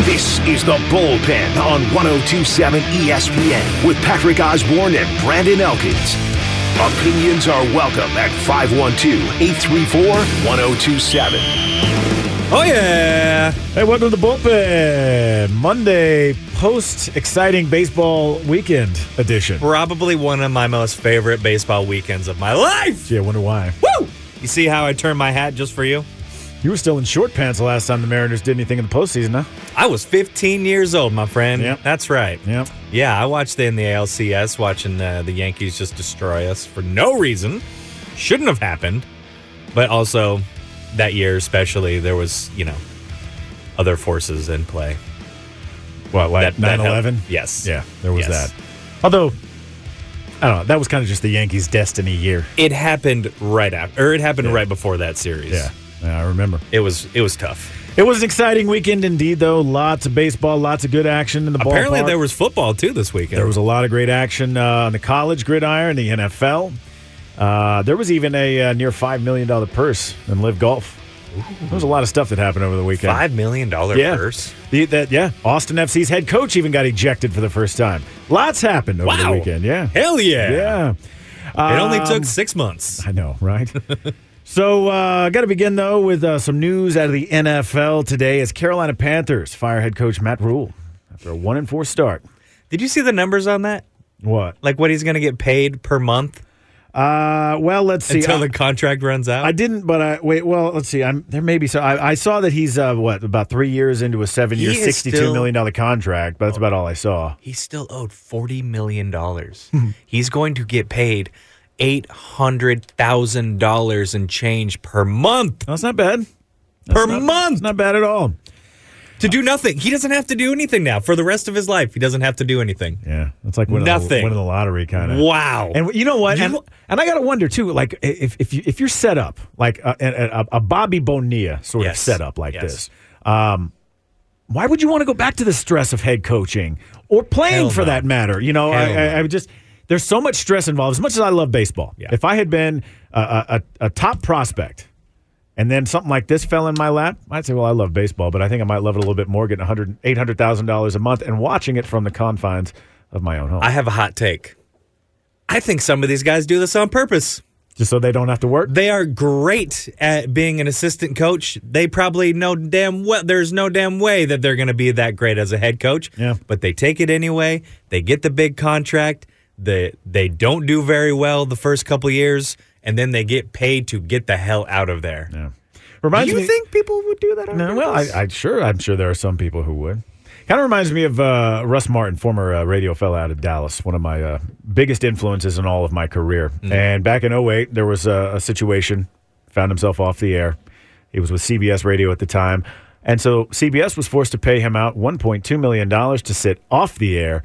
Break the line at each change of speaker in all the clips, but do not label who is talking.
This is the bullpen on 1027 ESPN with Patrick Osborne and Brandon Elkins. Opinions are welcome at 512 834 1027.
Oh yeah!
Hey, welcome to the bullpen. Monday post exciting baseball weekend edition.
Probably one of my most favorite baseball weekends of my life.
Gee, I wonder why.
Woo! You see how I turned my hat just for you?
You were still in short pants the last time the Mariners did anything in the postseason, huh?
I was 15 years old, my friend.
Yep.
That's right.
Yep.
Yeah, I watched in the ALCS, watching uh, the Yankees just destroy us for no reason. Shouldn't have happened. But also, that year especially, there was, you know, other forces in play.
What, like
That- that
9
helped.
11?
Yes.
Yeah, there was
Yes.
that. Although, I don't know, that was kind of just the Yankees' destiny year.
It happened right after, or it happened
Yeah.
right before that series.
yeah, I remember.
It was, it was tough.
It was an exciting weekend indeed, though. Lots of baseball, lots of good action in the
Apparently,
ballpark.
there was football too this weekend.
There was a lot of great action uh, on the college gridiron, the NFL. Uh, there was even a uh, near five million dollar purse in live golf. There was a lot of stuff that happened over the weekend.
five million dollar
yeah.
purse.
The- that, yeah. Austin FC's head coach even got ejected for the first time. Lots happened over
Wow.
the weekend. Yeah.
Hell yeah!
Yeah.
It only
Um,
took six months.
I know, right? so, uh, got to begin though with uh, some news out of the NFL today. As Carolina Panthers fire head coach Matt Rule after a one and four start.
Did you see the numbers on that?
What?
Like what he's going to get paid per month
Uh, well, let's see.
until
I-
the contract runs out?
I didn't, but I wait. Well, let's see. I'm there. Maybe so. I, I saw that he's uh, what about three years into a seven-year,
He is
sixty-two
still-
million dollar contract. But that's about all I saw.
he still owed forty million dollars.
Hmm.
he's going to get paid eight hundred thousand dollars and change per month.
That's not bad.
per
It's
month
not bad at all.
to do nothing. He doesn't have to do anything now for the rest of his life. He doesn't have to do anything.
Yeah, that's like winning The,
Nothing.
winning the lottery kind of.
Wow.
And you know what?
You-
and, and I gotta wonder too. Like if if you if you're set up like a, a, a- a Bobby Bonilla sort of
Yes.
setup like
Yes.
this, um, why would you want to go back to the stress of head coaching or playing
Hell
for
no.
that matter? You know, I,
Hell
I, I would just there's so much stress involved. As much as I love baseball,
Yeah.
if I had been a, a, a a top prospect. And then something like this fell in my lap. I'd say, well, I love baseball, but I think I might love it a little bit more, getting $100 $800,000 a month and watching it from the confines of my own home.
I have a hot take. I think some of these guys do this on purpose.
just so they don't have to work.
They are great at being an assistant coach. They probably know damn well there's no damn way that they're going to be that great as a head coach.
Yeah.
But they take it anyway. They get the big contract. They they don't do very well the first couple years, and then they get paid to get the hell out of there.
Yeah.
Do
Reminds
you
me,
think people would do that? On
No, well, I,
purpose?
I sure, I'm sure there are some people who would. Kind of reminds me of uh, Russ Martin, former uh, radio fellow out of Dallas, one of my uh, biggest influences in all of my career.
Mm.
And back in 08, there was a, a situation, found himself off the air. He was with CBS Radio at the time. And so CBS was forced to pay him out $1.2 million to sit off the air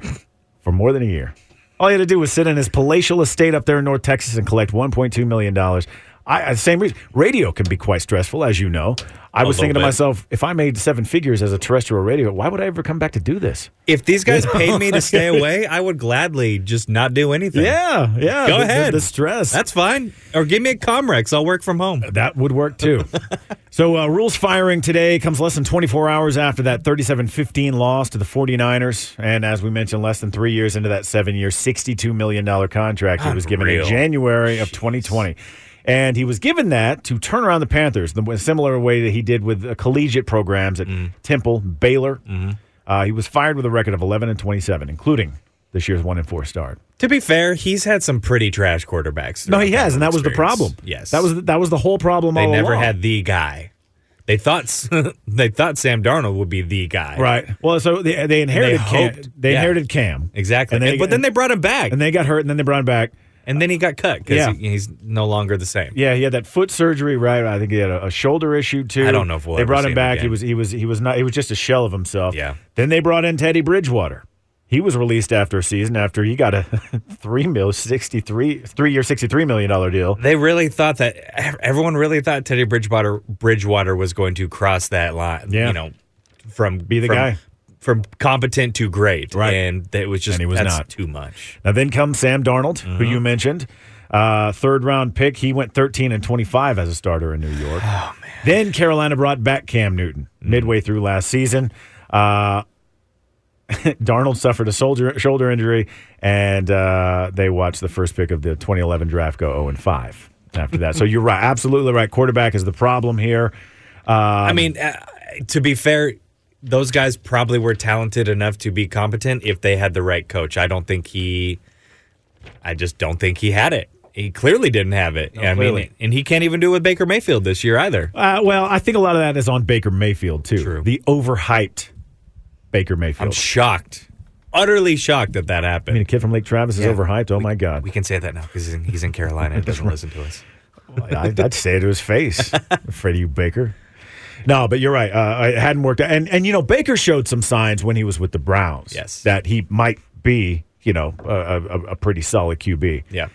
for more than a year. All he had to do was sit in his palatial estate up there in North Texas and collect $1.2 million. I, I- same reason. Radio can be quite stressful, as you know. I was
little
thinking to
bit.
myself, if I made seven figures as a terrestrial radio, why would I ever come back to do this?
if these guys paid me to stay away, I would gladly just not do anything.
Yeah, yeah. the-
Go
the-
ahead.
The, stress.
That's fine. Or give me a Comrex. I'll work from home.
that would work too. so, uh, rules firing today comes less than 24 hours after that 37 15 loss to the 49ers. And as we mentioned, less than three years into that seven year, $62 million contract
Ah,
he was given in
Unreal.
January of 2020. And he was given that to turn around the Panthers the w- similar way that he did with uh, collegiate programs at
Mm.
Temple, Baylor.
Mm-hmm.
Uh, he was fired with a record of 11 and 27, including this year's 1 and 4 start.
To be fair, he's had some pretty trash quarterbacks.
No,
throughout
he has, and that was the
experience.
problem.
Yes,
that was that was the whole problem.
They
all
never
along.
had the guy. They thought they thought Sam Darnold would be the guy.
Right. Well, so they, they inherited Cam.
hoped-
they
yeah.
inherited Cam
Exactly.
and they,
And- but then they brought him back,
and they got hurt, and then they brought him back.
and then he got cut because
Yeah.
he's no longer the same.
Yeah, he had that foot surgery, right? I think he had a, a shoulder issue too.
I don't know if we'll
they
ever
brought
see
him
him
back. He
again.
was he was he was not. He was just a shell of himself.
Yeah.
Then they brought in Teddy Bridgewater. He was released after a season after he got a three mil sixty three three year sixty three million dollar deal.
They really thought that ev- everyone really thought Teddy Bridgewater Bridgewater was going to cross that line.
Yeah.
You know, from
Be the
from-
guy.
from competent to great.
Right.
And it was just
And he was
that's
not.
too much.
Now then comes Sam Darnold,
Mm-hmm.
who you mentioned, uh, third round pick. He went 13 and 25 as a
Mm.
starter in New York. Oh man! Then Carolina brought back Cam Newton midway through last season. Uh, Darnold suffered a soldier, shoulder injury, and uh, they watched the first pick of the 2011 draft go 0 and 5 after that. so you're right, absolutely right. Quarterback is the problem here.
I mean, uh, to be fair, those guys probably were talented enough to be competent if they had the right coach. I don't think he, I just don't think he had it. He clearly didn't have it. I
clearly.
mean, and he can't even do it with Baker Mayfield this year either.
Uh, well, I think a lot of that is on Baker Mayfield too.
True.
The overhyped Baker Mayfield.
I'm shocked, utterly shocked that that
I
happened.
mean, a kid from Lake Travis is
Yeah.
overhyped. Oh my God!
we can say that now because he's in, he's in Carolina and doesn't listen to us.
I, I'd say it to his face, afraid of you, Baker. No, but you're right. Uh, it hadn't worked out, and and you know Baker showed some signs when he was with the Browns.
Yes.
that he might be, you know, a, a, a- a pretty solid QB.
Yeah.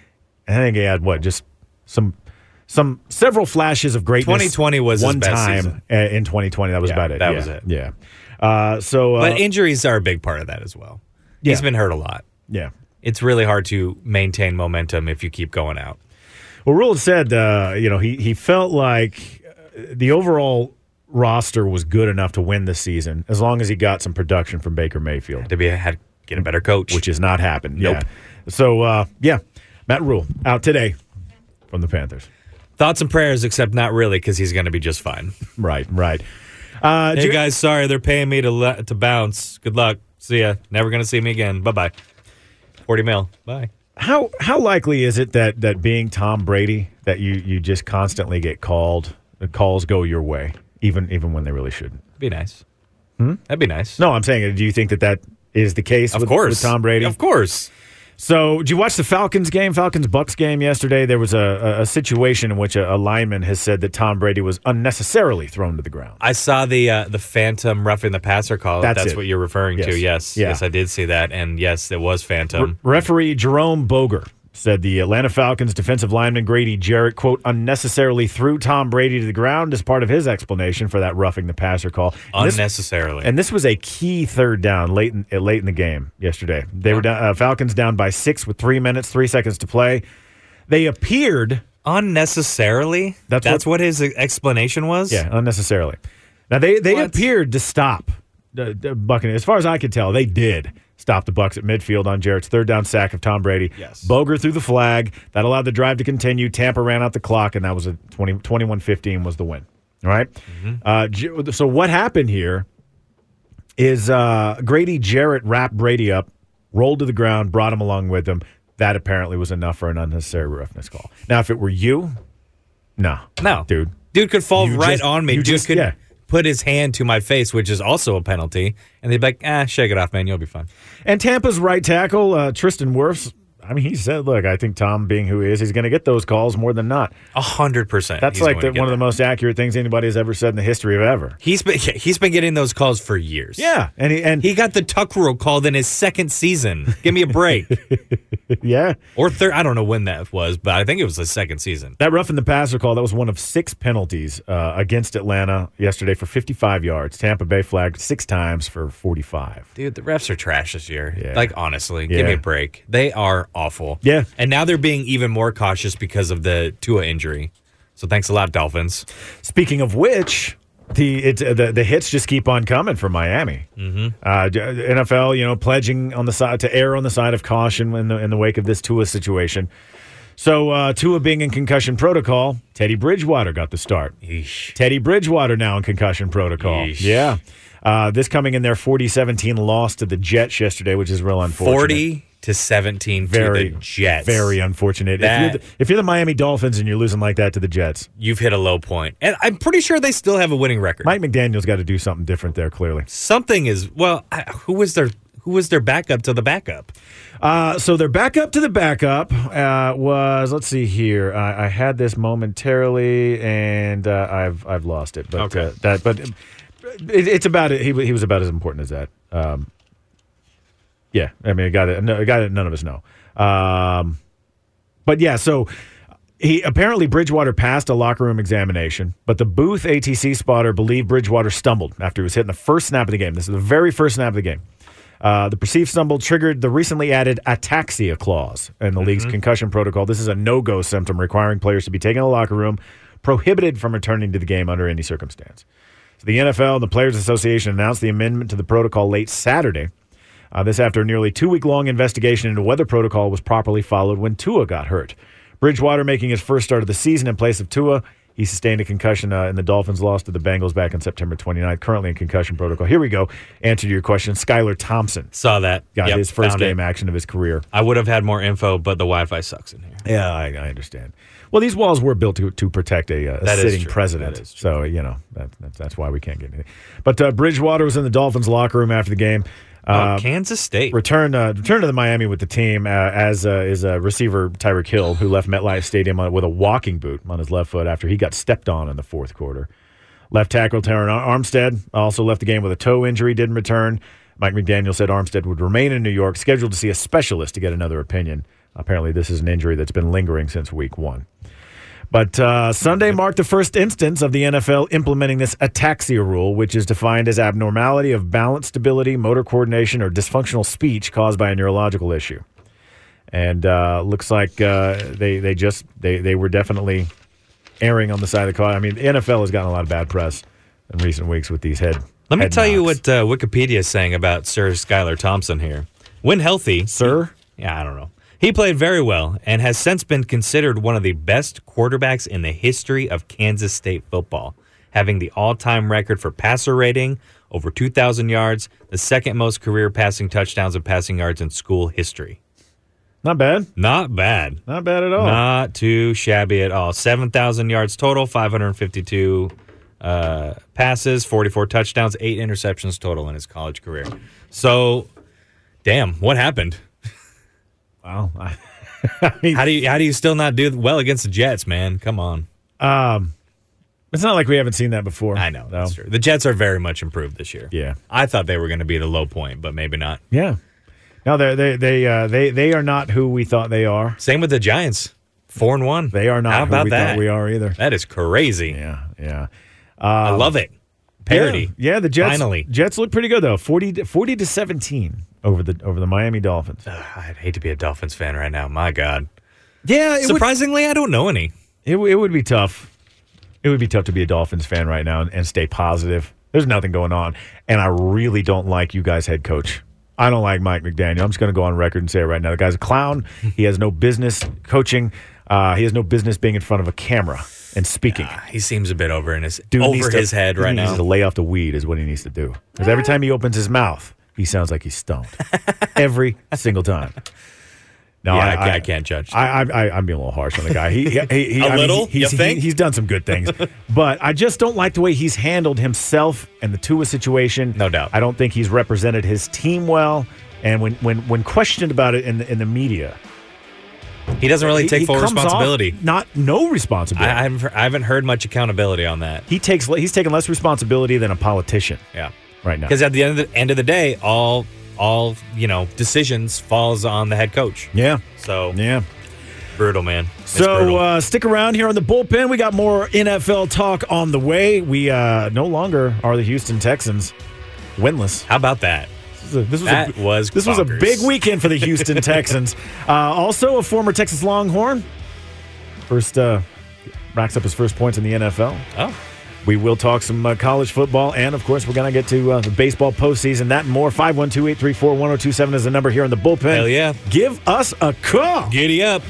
I think he had what just some some several flashes of greatness.
2020 was his
one
best
time
season.
uh, in 2020. That was
Yeah,
about it.
that
Yeah,
was it.
Yeah. Uh, so, uh,
But injuries are a big part of that as well. He's
Yeah.
been hurt a lot.
yeah.
It's really hard to maintain momentum if you keep going out.
Well, Rule said, uh, you know, he he felt like uh, the overall roster was good enough to win this season as long as he got some production from Baker Mayfield,
To be had to get a better coach.
which has not happened.
Nope.
Yeah. So, uh, yeah, Matt Rule out today from the Panthers.
Thoughts and prayers, except not really, because he's going to be just fine.
Right, right. Uh,
Hey
Jer-
guys, sorry they're paying me to le- to bounce. Good luck. See ya. Never going to see me again. Bye bye. Forty mil. Bye.
how how likely is it that that being Tom Brady that you you just constantly get called, the calls go your way, even even when they really shouldn't?
Be nice. Hmm? That'd be nice.
No, I'm saying, do you think that that is the case?
of
with,
course.
with Tom Brady.
Of course.
So, did you watch the Falcons game, Falcons Bucks game yesterday? There was a, a, a situation in which a, a lineman has said that Tom Brady was unnecessarily thrown to the ground.
I saw the uh, the phantom roughing the passer call. if
That's
That's
it.
what you're referring
Yes.
to. Yes.
Yeah.
Yes, I did see that, and yes, it was phantom.
Referee Jerome Boger said the Atlanta Falcons defensive lineman Grady Jarrett, quote, unnecessarily threw Tom Brady to the ground as part of his explanation for that roughing the passer call. And this-
Unnecessarily.
And this was a key third down late in, uh, late in the game yesterday. They were down, uh, Falcons down by six with three minutes, three seconds to play. They appeared
unnecessarily.
That's
what, his explanation was.
Yeah, unnecessarily. Now they they
What?
appeared to stop the, the Buccaneers. As far as I could tell, they did stop the Bucks at midfield on Jarrett's third down sack of Tom Brady.
Yes.
Boger threw the flag. That allowed the drive to continue. Tampa ran out the clock, and that was a 20, 21-15 was the win. All right?
Mm-hmm.
Uh, J- so what happened here is uh, Grady Jarrett wrapped Brady up, rolled to the ground, brought him along with him. That apparently was enough for an unnecessary roughness call. Now, if it were you, no.
No,
Dude.
dude could fall
You
right
just-
on me.
you
Dude
just-
could
yeah.
put his hand to my face, which is also a penalty, and they'd be like, "Ah, shake it off, man. You'll be fine."
And Tampa's right tackle, uh, Tristan Wirfs, I mean, he said, look, I think Tom, being who he is, he's going to get those calls more than not.
A hundred percent.
That's
he's
like
going to
the,
get
one of the
that.
most accurate things anybody has ever said in the history of ever.
He's been yeah, he's been getting those calls for years.
Yeah. And he, and
He got the tuck rule called in his second season. Give me a break.
yeah,
or third. I don't know when that was, but I think it was his second season.
that rough in the passer call, that was one of six penalties uh, against Atlanta yesterday for 55 yards. Tampa Bay flagged six times for 45.
Dude, the refs are trash this year.
Yeah.
Like honestly,
Yeah.
give me a break. They are awful.
Yeah.
And now they're being even more cautious because of the Tua injury. So thanks a lot, Dolphins.
Speaking of which, the it, uh, the the hits just keep on coming for Miami. Mm-hmm. Uh, d- NFL, you know, pledging on the side to err on the side of caution in the in the wake of this Tua situation. So uh, Tua being in concussion protocol, Teddy Bridgewater got the start. Teddy Bridgewater now in concussion protocol.
Yeesh.
Yeah. Uh, this coming in their 40-17 loss to the Jets yesterday, which is real unfortunate.
Forty to seventeen
very
to the Jets.
Very unfortunate. if,
That-
you're the, if you're the Miami Dolphins and you're losing like that to the Jets,
You've hit a low point, and I'm pretty sure they still have a winning record.
Mike McDaniel's got to do something different there. Clearly.
Something is well. I- Who was their Who was their backup to the backup?
Uh, so their backup to the backup uh, was let's see here. I, I had this momentarily and uh, I've I've lost it. But
Okay.
uh, that but it, it's about it. He wa- he was about as important as that. Um, yeah, I mean, I got it. No, I got it. None of us know. Um, but yeah, so he apparently Bridgewater passed a locker room examination, but the booth ATC spotter believed Bridgewater stumbled after he was hitting the first snap of the game. This is the very first snap of the game. Uh, the perceived stumble triggered the recently added ataxia clause in the league's concussion protocol. This is a no go symptom requiring players to be taken to the locker room, prohibited from returning to the game under any circumstance. So the NFL and the Players Association announced the amendment to the protocol late Saturday. Uh, this after a nearly two week long investigation into whether protocol was properly followed when Tua got hurt. Bridgewater making his first start of the season in place of Tua. He sustained a concussion uh, in the Dolphins' loss to the Bengals back on September 29th, currently in concussion protocol. Here we go. Answer to your question. Skylar Thompson
Saw that.
got
Yep,
his first
found it.
game action of his career.
I would have had more info, but the Wi-Fi sucks in here.
Yeah, I, I understand. Well, these walls were built to, to protect a, uh, a
That is
sitting
true.
president.
That is
So, you know, that, that, that's why we can't get anything. But uh, Bridgewater was in the Dolphins' locker room after the game. Uh,
oh, Kansas State.
Return, uh, return to the Miami with the team, uh, as uh, is uh, receiver Tyreek Hill, who left MetLife Stadium uh, with a walking boot on his left foot after he got stepped on in the fourth quarter. Left tackle Taron Ar- Armstead also left the game with a toe injury, didn't return. Mike McDaniel said Armstead would remain in New York, scheduled to see a specialist to get another opinion. Apparently, this is an injury that's been lingering since week one. But uh, Sunday marked the first instance of the NFL implementing this ataxia rule, which is defined as abnormality of balance stability, motor coordination, or dysfunctional speech caused by a neurological issue. And uh, looks like uh, they they just they they were definitely erring on the side of the car. I mean, the NFL has gotten a lot of bad press in recent weeks with these head.
Let me
head
tell you
knocks.
what uh, Wikipedia is saying about Sir Skylar Thompson here. When healthy,
sir.
yeah, I don't know. He played very well and has since been considered one of the best quarterbacks in the history of Kansas State football, having the all time record for passer rating, over 2,000 yards, the second most career passing touchdowns and passing yards in school history.
Not bad,
Not bad.
not bad at all.
Not too shabby at all. 7,000 yards total, 552 uh, passes, 44 touchdowns, eight interceptions total in his college career. So, damn, what happened?
Wow. I-
How do you how do you still not do well against the Jets, man? Come on.
It's not like we haven't seen that before.
I know. That's
though.
true. The Jets are very much improved this year.
Yeah.
I thought they were going to be the low point, but maybe not.
Yeah. No, they they they uh, they they are not who we thought they are.
Same with the Giants. 4 and 1.
They are not
How
who
about
we
that?
thought we are either.
That is crazy.
Yeah, yeah.
I love it. Parody.
Yeah, yeah, the Jets
Finally.
Jets look pretty good though. 40 to, 40 to 17 over the over the Miami Dolphins.
I'd hate to be a Dolphins fan right now. My God.
Yeah, it would,
Surprisingly, I don't know any.
it, would- it would be tough. It would be tough to be a Dolphins fan right now and, and stay positive. There's nothing going on, and I really don't like you guys head coach. I don't like Mike McDaniel. I'm just going to go on record and say it right now. The guy's a clown. He has no business coaching. Uh, he has no business being in front of a camera and speaking.
He seems a bit over in his
dude
over
needs to-
his head
he
right
needs
now.
to lay off the weed is what he needs to do. Because every time he opens his mouth, he sounds like he's stoned. every single time. No,
Yeah, I ca- I can't judge.
I, I, I, I'm being a little harsh on the guy. He, he, he, he
A
I mean,
little,
he's,
you
he-
think?
he's done some good things, but I just don't like the way he's handled himself and the Tua situation.
No doubt.
I don't think he's represented his team well. And when, when, when questioned about it in the, in the media,
He doesn't really
he-
take
he
full
comes off
responsibility.
Not no responsibility.
I, I haven't I haven't heard much accountability on that.
he takes he's taken less responsibility than a politician
Yeah,
right now.
because at the end of the end of the day, all all you know decisions falls on the head coach.
Yeah.
So
Yeah.
brutal, man. It's
So
brutal.
uh, stick around here on the bullpen. We got more NFL talk on the way. We uh, no longer are the Houston Texans winless.
how about that?
This was a, this was
That
a,
was
this was a
bonkers.
big weekend for the Houston Texans. Uh, also, a former Texas Longhorn, first uh, racks up his first points in the NFL.
Oh,
We will talk some uh, college football, and of course, we're going to get to uh, the baseball postseason. That and more. 512 834 1027 is the number here on the bullpen.
Hell yeah.
Give us a call.
giddy up!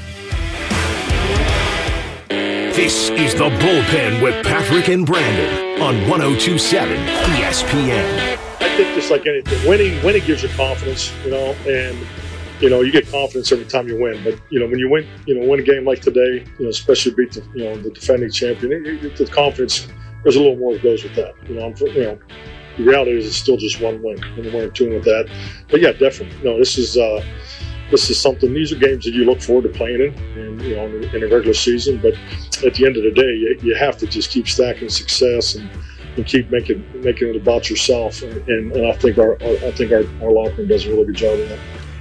This is the bullpen with Patrick and Brandon on 1027 ESPN.
I think just like anything, winning winning gives you confidence, you know, and you know you get confidence every time you win. But you know when you win, you know, win a game like today, you know, especially beat the you know the defending champion, it, it- the confidence there's a little more that goes with that. You know, I'm, you know, the reality is it's still just one win, and we're in tune with that. But yeah, definitely, no, this is. uh this is something. These are games that you look forward to playing in, and you know, in a regular season. But at the end of the day, you, you have to just keep stacking success and and keep making making it about yourself. And, and, and I think our, our I think our, our locker room does a really good job of that.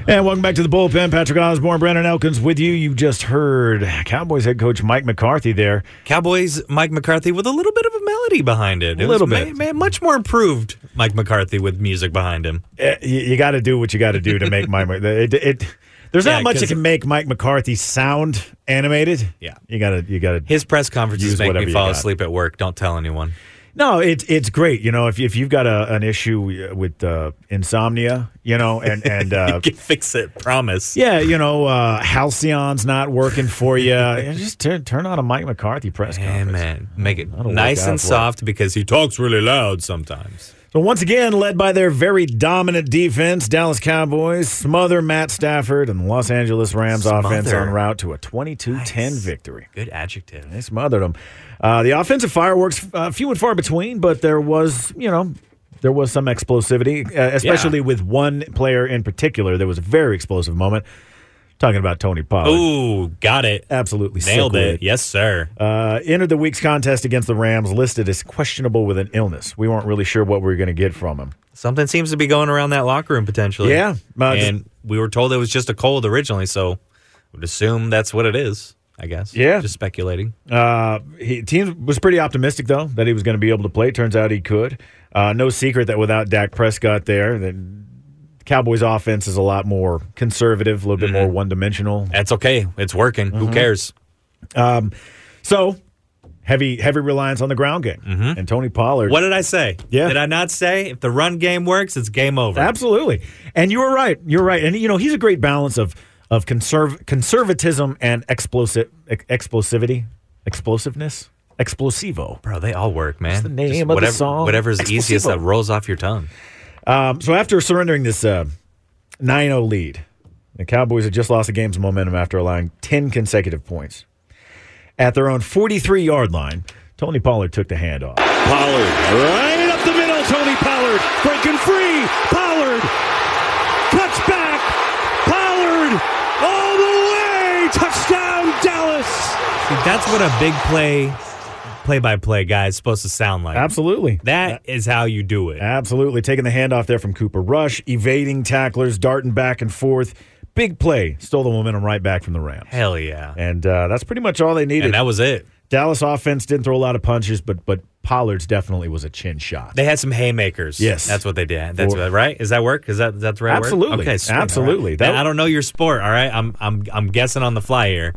And welcome back to the bullpen. Patrick Osborne, Brandon Elkins with you. You just heard Cowboys head coach Mike McCarthy there.
Cowboys Mike McCarthy with a little bit of a melody behind it. It was
Little
ma-
bit.
ma- much more improved Mike McCarthy with music behind him.
Eh, You, got to do what you got to do to make Mike. It, it, there's
Yeah,
not much
'cause-
that can make Mike McCarthy sound animated.
Yeah.
you got to you got to
His press conferences
Use
make
whatever
me
you
fall
got.
asleep at work. Don't tell anyone.
No, it's it's great. You know, if if you've got a, an issue with uh, insomnia, you know, and and uh,
You can fix it, promise.
yeah, you know, uh, Halcyon's not working for you, yeah, just turn turn on a Mike McCarthy press
Hey,
conference.
man, make it
That'll work
nice
out
and
for it.
soft because he talks really loud sometimes.
So once again, led by their very dominant defense, Dallas Cowboys smother Matt Stafford and Los Angeles Rams offense
Smother.
en route to a 22-10 victory.
Good adjective.
They smothered them. Uh, the offensive fireworks, uh, few and far between, but there was, you know, there was some explosivity, uh, especially with one player in particular. There was a very explosive moment. Talking about Tony Pollard.
Ooh, got it.
Absolutely
Nailed
sick with
it. Yes, sir.
uh, entered the week's contest against the Rams, listed as questionable with an illness. We weren't really sure what we were going to get from him.
Something seems to be going around that locker room potentially.
Yeah, uh, just-
and we were told it was just a cold originally, so would assume that's what it is. I guess.
Yeah.
Just speculating.
Uh, he team was pretty optimistic though that he was going to be able to play. Turns out he could. Uh, no secret that without Dak Prescott there, the Cowboys' offense is a lot more conservative, a little bit more one-dimensional.
That's okay. It's working.
Mm-hmm.
Who cares?
So heavy, heavy reliance on the ground game. And Tony Pollard,
What did I say?
Yeah.
Did I not say if the run game works, it's game over?
absolutely. And you were right. You're right. And you know he's a great balance of of conserv- conservatism and explosive ex- explosivity, explosiveness, explosivo.
Bro, they all work, man.
the name
Just
of the
whatever,
song.
Whatever's easiest
Explosivo.
that rolls off your tongue.
Um, so after surrendering this uh, 9-0 lead, the Cowboys had just lost the game's momentum after allowing 10 consecutive points. At their own 43-yard line, Tony Pollard took the handoff.
Pollard, right up the middle. Tony Pollard, breaking free. Pollard cuts back. Pollard all the way. Touchdown, Dallas.
See, that's what a big play, play by play guy is supposed to sound like.
Absolutely.
That is how you do it.
Absolutely. Taking the handoff there from Cooper Rush, evading tacklers, darting back and forth. Big play. Stole the momentum right back from the Rams.
Hell yeah.
And uh, that's pretty much all they needed.
And that was it.
Dallas offense didn't throw a lot of punches, but but Pollard's definitely was a chin shot.
They had some haymakers.
Yes.
that's what they did. That's
For-
what- right. Is that work? Is that is that the right word?
Absolutely.
Okay, sweet.
Absolutely.
All right.
That-
Man, I don't know your sport. All right, I'm I'm I'm guessing on the fly here.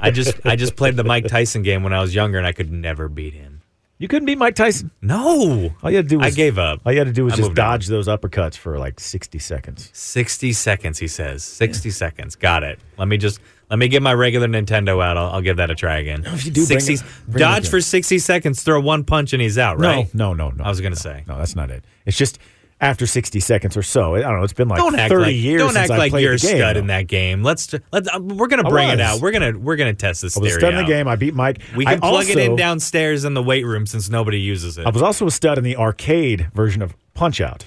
I just I just played the Mike Tyson game when I was younger, and I could never beat him.
You couldn't beat Mike Tyson.
No,
All you had to do was
I gave up.
All you had to do was
I
just
moved on.
dodge those uppercuts for like sixty seconds.
Sixty seconds, he says. Sixty seconds. Got it. Let me just let me get my regular Nintendo out. I'll, I'll give that a try again.
if you do, bring
60
it- bring it
dodge
again.
for sixty seconds. Throw one punch and he's out. Right?
No, no, no, no.
I was gonna
no.
say.
No, that's not it. It's just after sixty seconds or so. I don't know. It's been like
don't act
thirty
like,
years.
Don't
since
act
I
like
played
you're a
the game.
stud in that game. Let's ju- let's. uh, we're gonna
I
bring
was.
it out. We're gonna we're gonna test this
I was a
theory
stud in the
out.
game. I beat Mike.
We can
I
plug it
also-
in downstairs in the weight room since nobody uses it.
I was also a stud in the arcade version of Punch Out.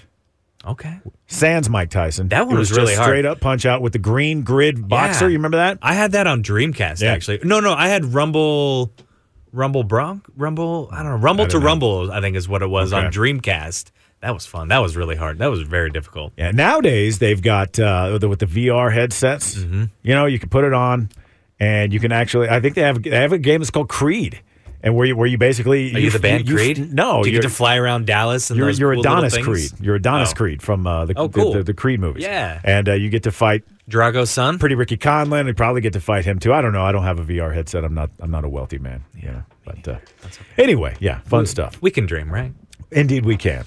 okay.
Sans Mike Tyson.
That one
It
was really
just
hard.
Straight up Punch Out with the green grid boxer.
Yeah.
You remember that?
I had that on Dreamcast
Yeah.
actually. No, no, I had Rumble, Rumble Bronc, Rumble. I don't know. Rumble
I
to
don't know.
Rumble. I think is what it was on
Okay.
Dreamcast. That was fun. That was really hard. That was very difficult.
Yeah, nowadays they've got uh, the, with the VR headsets.
Mm-hmm.
You know, you can put it on, and you can actually. I think they have they have a game that's called Creed, and where you where you basically
Are you, the band Creed?
no,
Do you
you're,
get to fly around Dallas and
you're,
those
you're
cool little
Adonis
things?
Creed. You're Adonis
Oh.
Creed from uh, the,
Oh,
the-
cool.
the, the Creed movies.
Yeah.
and uh, you get to fight
Drago's son.
pretty Ricky Conlon. You probably get to fight him too. I don't know. I don't have a VR headset. I'm not I'm not a wealthy man. Yeah, but uh, anyway, yeah, fun stuff.
We can dream, right?
Indeed, we can.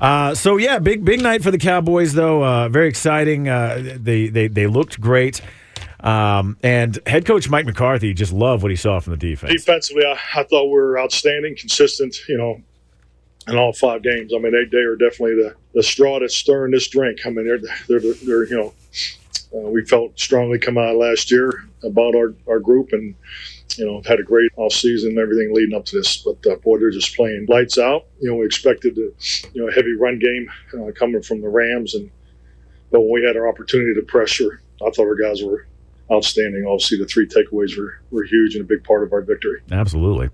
Uh, so yeah, big big night for the Cowboys though. Uh, very exciting. Uh, they they they looked great. Um, and head coach Mike McCarthy just loved what he saw from the defense.
Defensively, I, I thought we were outstanding, consistent, you know, in all five games. I mean, they, they are definitely the, the straw that's stirring this drink. I mean, they're, they're, they're, you know, uh, we felt strongly come out last year about our, our group and, you know, had a great offseason and everything leading up to this. But, uh, boy, they're just playing lights out. You know, we expected, a, you know, a heavy run game uh, coming from the Rams. and But when we had our opportunity to pressure, I thought our guys were outstanding. Obviously, the three takeaways were, were huge and a big part of our victory.
Absolutely,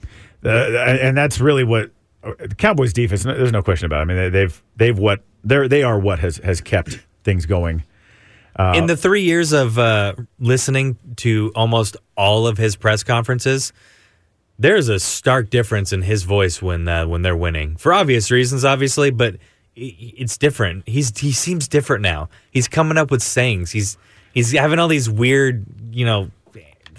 uh, and that's really what uh, the Cowboys defense. no- There's no question about. It. I mean, they, they've they've what they're they are what has has kept things going.
In the three years of uh, listening to almost all of his press conferences, there's a stark difference in his voice when uh, when they're winning for obvious reasons, obviously, but i- it's different. He's he seems different now. He's coming up with sayings. He's he's having all these weird, you know,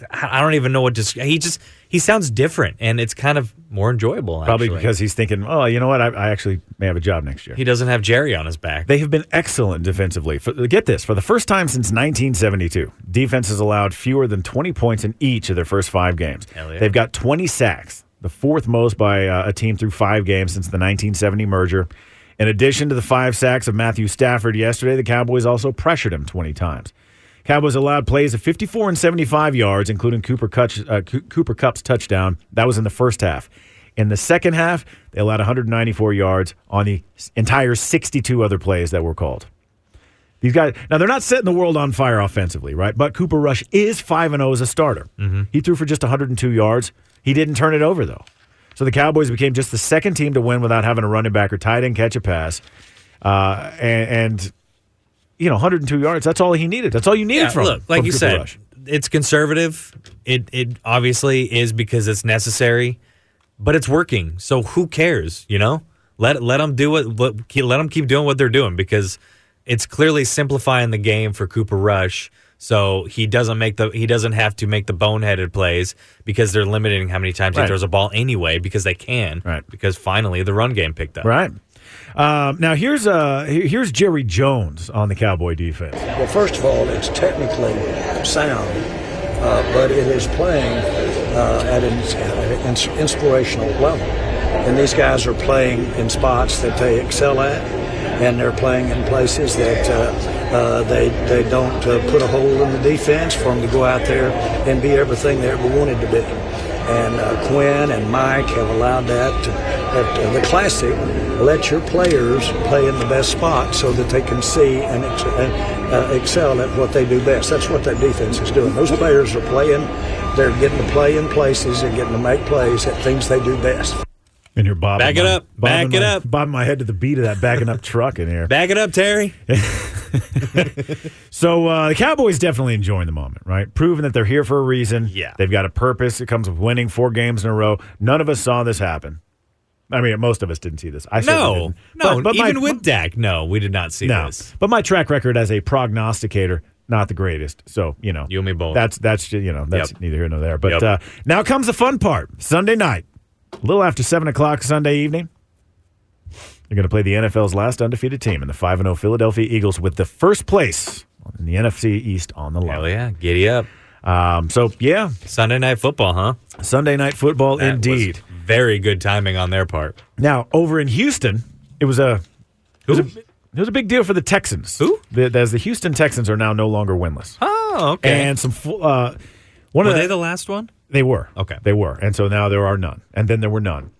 I I don't even know what to. s- He just he sounds different, and it's kind of more enjoyable.
Probably
actually.
because he's thinking, oh, you know what? I, I actually may have a job next year.
he doesn't have Jerry on his back.
They have been excellent defensively. For, get this for the first time since 1972, defense has allowed fewer than 20 points in each of their first five games.
Hell yeah.
They've got 20 sacks, the fourth most by uh, a team through five games since the 1970 merger. In addition to the five sacks of Matthew Stafford yesterday, the Cowboys also pressured him 20 times. Cowboys allowed plays of 54 and 75 yards, including Cooper, Cutch, uh, Coo- Cooper Cup's touchdown. That was in the first half. In the second half, they allowed 194 yards on the s- entire 62 other plays that were called. These guys now they're not setting the world on fire offensively, right? But Cooper Rush is five and zero as a starter.
Mm-hmm.
He threw for just 102 yards. He didn't turn it over though. So the Cowboys became just the second team to win without having a running back or tight end catch a pass. Uh, and, and you know, 102 yards. That's all he needed. That's all you needed
Yeah,
from
look, like
from
you
Cooper
said,
Rush.
it's conservative. It it obviously is because it's necessary, but it's working. So who cares? You know, let let them do what let, keep- let them keep doing what they're doing because it's clearly simplifying the game for Cooper Rush. So he doesn't make the he doesn't have to make the boneheaded plays because they're limiting how many times
Right.
he throws a ball anyway because they can
Right.
because finally the run game picked up.
right? Um, now here's uh, here- here's Jerry Jones on the Cowboy defense.
Well, first of all, it's technically sound, uh, but it is playing uh, at an at an ins- inspirational level. And these guys are playing in spots that they excel at, and they're playing in places that uh, uh, they they don't uh, put a hole in the defense for them to go out there and be everything they ever wanted to be. And uh, Quinn and Mike have allowed that. To, that uh, the classic, let your players play in the best spot so that they can see and, ex- and uh, excel at what they do best. That's what that defense is doing. Those players are playing. They're getting to play in places. They're getting to make plays at things they do best.
And you're bobbing.
Back it
my-
up.
bobbing
Back it
my-
up.
Bobbing my head to the beat of that backing up truck in here.
Back it up, Terry.
So uh, the Cowboys definitely enjoying the moment, right? Proving that they're here for a reason.
Yeah.
They've got a purpose. It comes with winning four games in a row. None of us saw this happen. I mean, most of us didn't see this. I certainly
No,
didn't.
no,
But- but my-
even with Dak, no, we did not see
no.
this.
But my track record as a prognosticator, not the greatest. So you know,
You and me both.
That's that's ju- you know that's
Yep.
neither here nor there. But
Yep.
uh, now comes the fun part. Sunday night, a little after seven o'clock Sunday evening, they're going to play the NFL's last undefeated team in the five and zero Philadelphia Eagles with the first place in the NFC East on the
Hell
line.
yeah, giddy up.
Um, so yeah,
Sunday night football, huh?
Sunday night football
That
indeed.
was very good timing on their part.
Now over in Houston, it was a
Who?
it was a big deal for the Texans.
Who?
The, as the Houston Texans are now no longer winless.
Oh, okay.
and some fu- uh, one
Were
of
they
the,
the last one?
they were
Okay.
they were and so now there are none and then there were none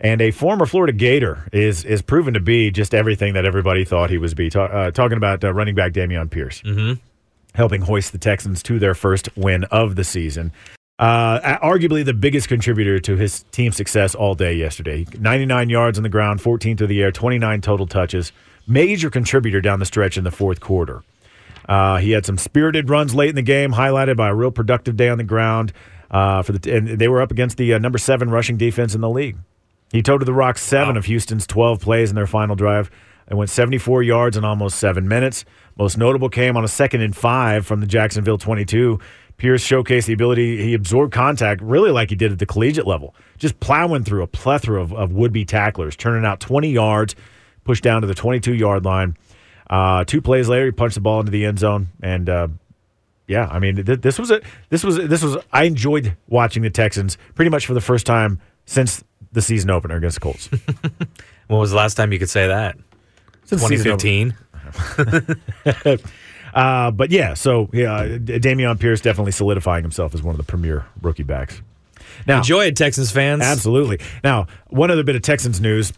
and a former Florida Gator is is proven to be just everything that everybody thought he was be Ta- uh, talking about uh, running back Damian Pierce
Mm-hmm.
helping hoist the Texans to their first win of the season. Uh, arguably the biggest contributor to his team success all day yesterday. 99 yards on the ground, 14 through the air, 29 total touches. Major contributor down the stretch in the fourth quarter. Uh, he had some spirited runs late in the game, highlighted by a real productive day on the ground. Uh, for the and they were up against the uh, number seven rushing defense in the league. He toted the rock seven of Houston's 12 plays in their final drive. It went 74 yards in almost seven minutes. Most notable came on a second and five from the Jacksonville 22. Pierce showcased the ability he absorbed contact really like he did at the collegiate level, just plowing through a plethora of, of would be tacklers, turning out 20 yards, pushed down to the 22 yard line. Uh, two plays later, he punched the ball into the end zone, and uh, yeah, I mean, th- this was a this was this was I enjoyed watching the Texans pretty much for the first time since the season opener against the Colts. Since
When was the last time you could say that?
the season opener.
2015.
Uh, but yeah, so yeah, uh, D- Damian Pierce definitely solidifying himself as one of the premier rookie backs. Now,
Enjoy it, Texans fans.
absolutely. Now, one other bit of Texans news,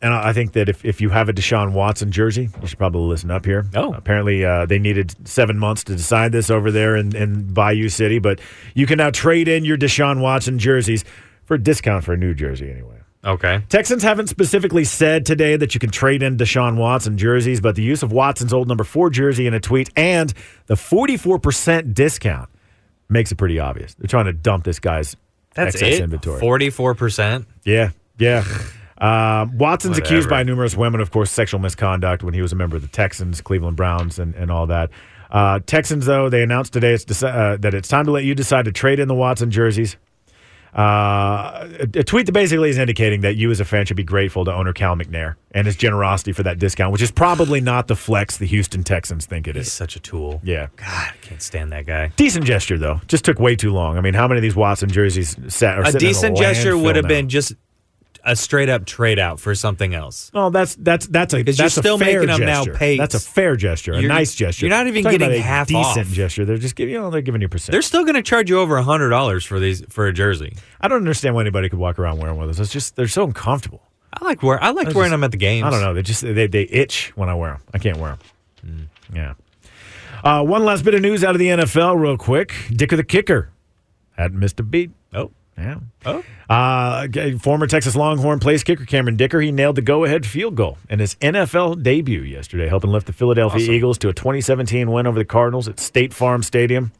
and I I think that if, if you have a Deshaun Watson jersey, you should probably listen up here.
Oh.
apparently uh, they needed seven months to decide this over there in, in Bayou City, but you can now trade in your Deshaun Watson jerseys for a discount for a new jersey anyway.
Okay.
Texans haven't specifically said today that you can trade in Deshaun Watson jerseys, but the use of Watson's old number four jersey in a tweet and the 44% discount makes it pretty obvious. They're trying to dump this guy's
That's
excess
it.
inventory.
44%.
yeah, yeah. Um, Watson's
Whatever.
accused by numerous women of course, sexual misconduct when he was a member of the Texans, Cleveland Browns, and, and all that. Uh, Texans, though, they announced today it's deci- uh, that it's time to let you decide to trade in the Watson jerseys. Uh, a, a tweet that basically is indicating that you as a fan should be grateful to owner Cal McNair and his generosity for that discount, which is probably not the flex the Houston Texans think it
He's
is.
such a tool.
Yeah.
God, I can't stand that guy.
Decent gesture, though. Just took way too long. I mean, how many of these Watson jerseys sat? Are
A
sitting in
decent
landfill
gesture would have
now?
been just a straight up trade out for something else.
No, that's that's that's a
'Cause
that's
you're
a
still
fair
making 'em now
gesture.
pay.
That's a fair gesture, a
You're-
nice gesture.
you're not even
Talking
getting
about a
half
decent
off.
gesture. They're just giving you know they're giving you percent.
They're still going to charge you over hundred dollars for these for a jersey.
I don't understand why anybody could walk around wearing one of those. It's just they're so uncomfortable.
I like wear I liked wearing them at the games.
I don't know. They just they, they itch when I wear them. I can't wear them.
Hmm.
Yeah. Uh, one last bit of news out of the NFL, real quick. Dicker the kicker hadn't missed a beat.
Oh,
Yeah.
oh,
Uh, g- former Texas Longhorn place kicker Cameron Dicker, he nailed the go-ahead field goal in his NFL debut yesterday, helping lift the Philadelphia Eagles to a 2017 win over the Cardinals at State Farm Stadium.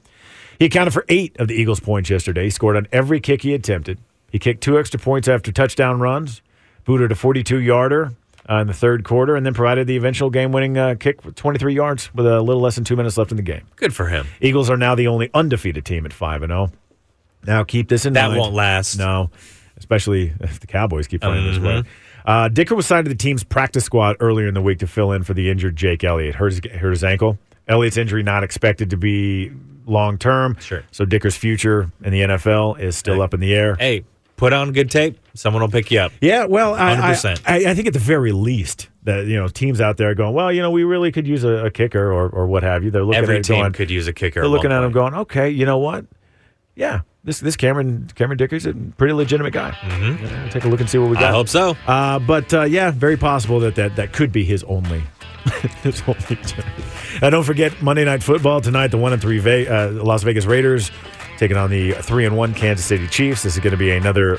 He accounted for eight of the Eagles' points yesterday. He scored on every kick he attempted. He kicked two extra points after touchdown runs, booted a 42-yarder uh, in the third quarter, and then provided the eventual game-winning uh, kick with 23 yards with a little less than two minutes left in the game.
good for him.
Eagles are now the only undefeated team at 5 and 0. Now keep this in
That
mind.
won't last. Mm-hmm.
No, especially if the Cowboys keep playing this way. Uh, Dicker was signed to the team's practice squad earlier in the week to fill in for the injured Jake Elliott. Hurt his, hurt his ankle. Elliott's injury not expected to be long term.
Sure.
So Dicker's future in the NFL is still up in the air.
Hey, put on good tape. Someone will pick you up.
Yeah, well, I, I,
100%.
I, I think at the very least that you know teams out there are going, well, you know, we really could use a, a kicker or, or what have you. They're looking at
Every
it
team
going,
could use a kicker.
they're looking at him
going.
going, okay, you know what? Yeah, this this Cameron Cameron Dicker's a pretty legitimate guy. Mm-hmm. take a look and see what we got.
I hope so.
Uh, but uh, yeah, very possible that that, that could be his only. his only turn. And don't forget Monday Night Football tonight. The one and three Ve- uh, Las Vegas Raiders taking on the three and one Kansas City Chiefs. This is going to be another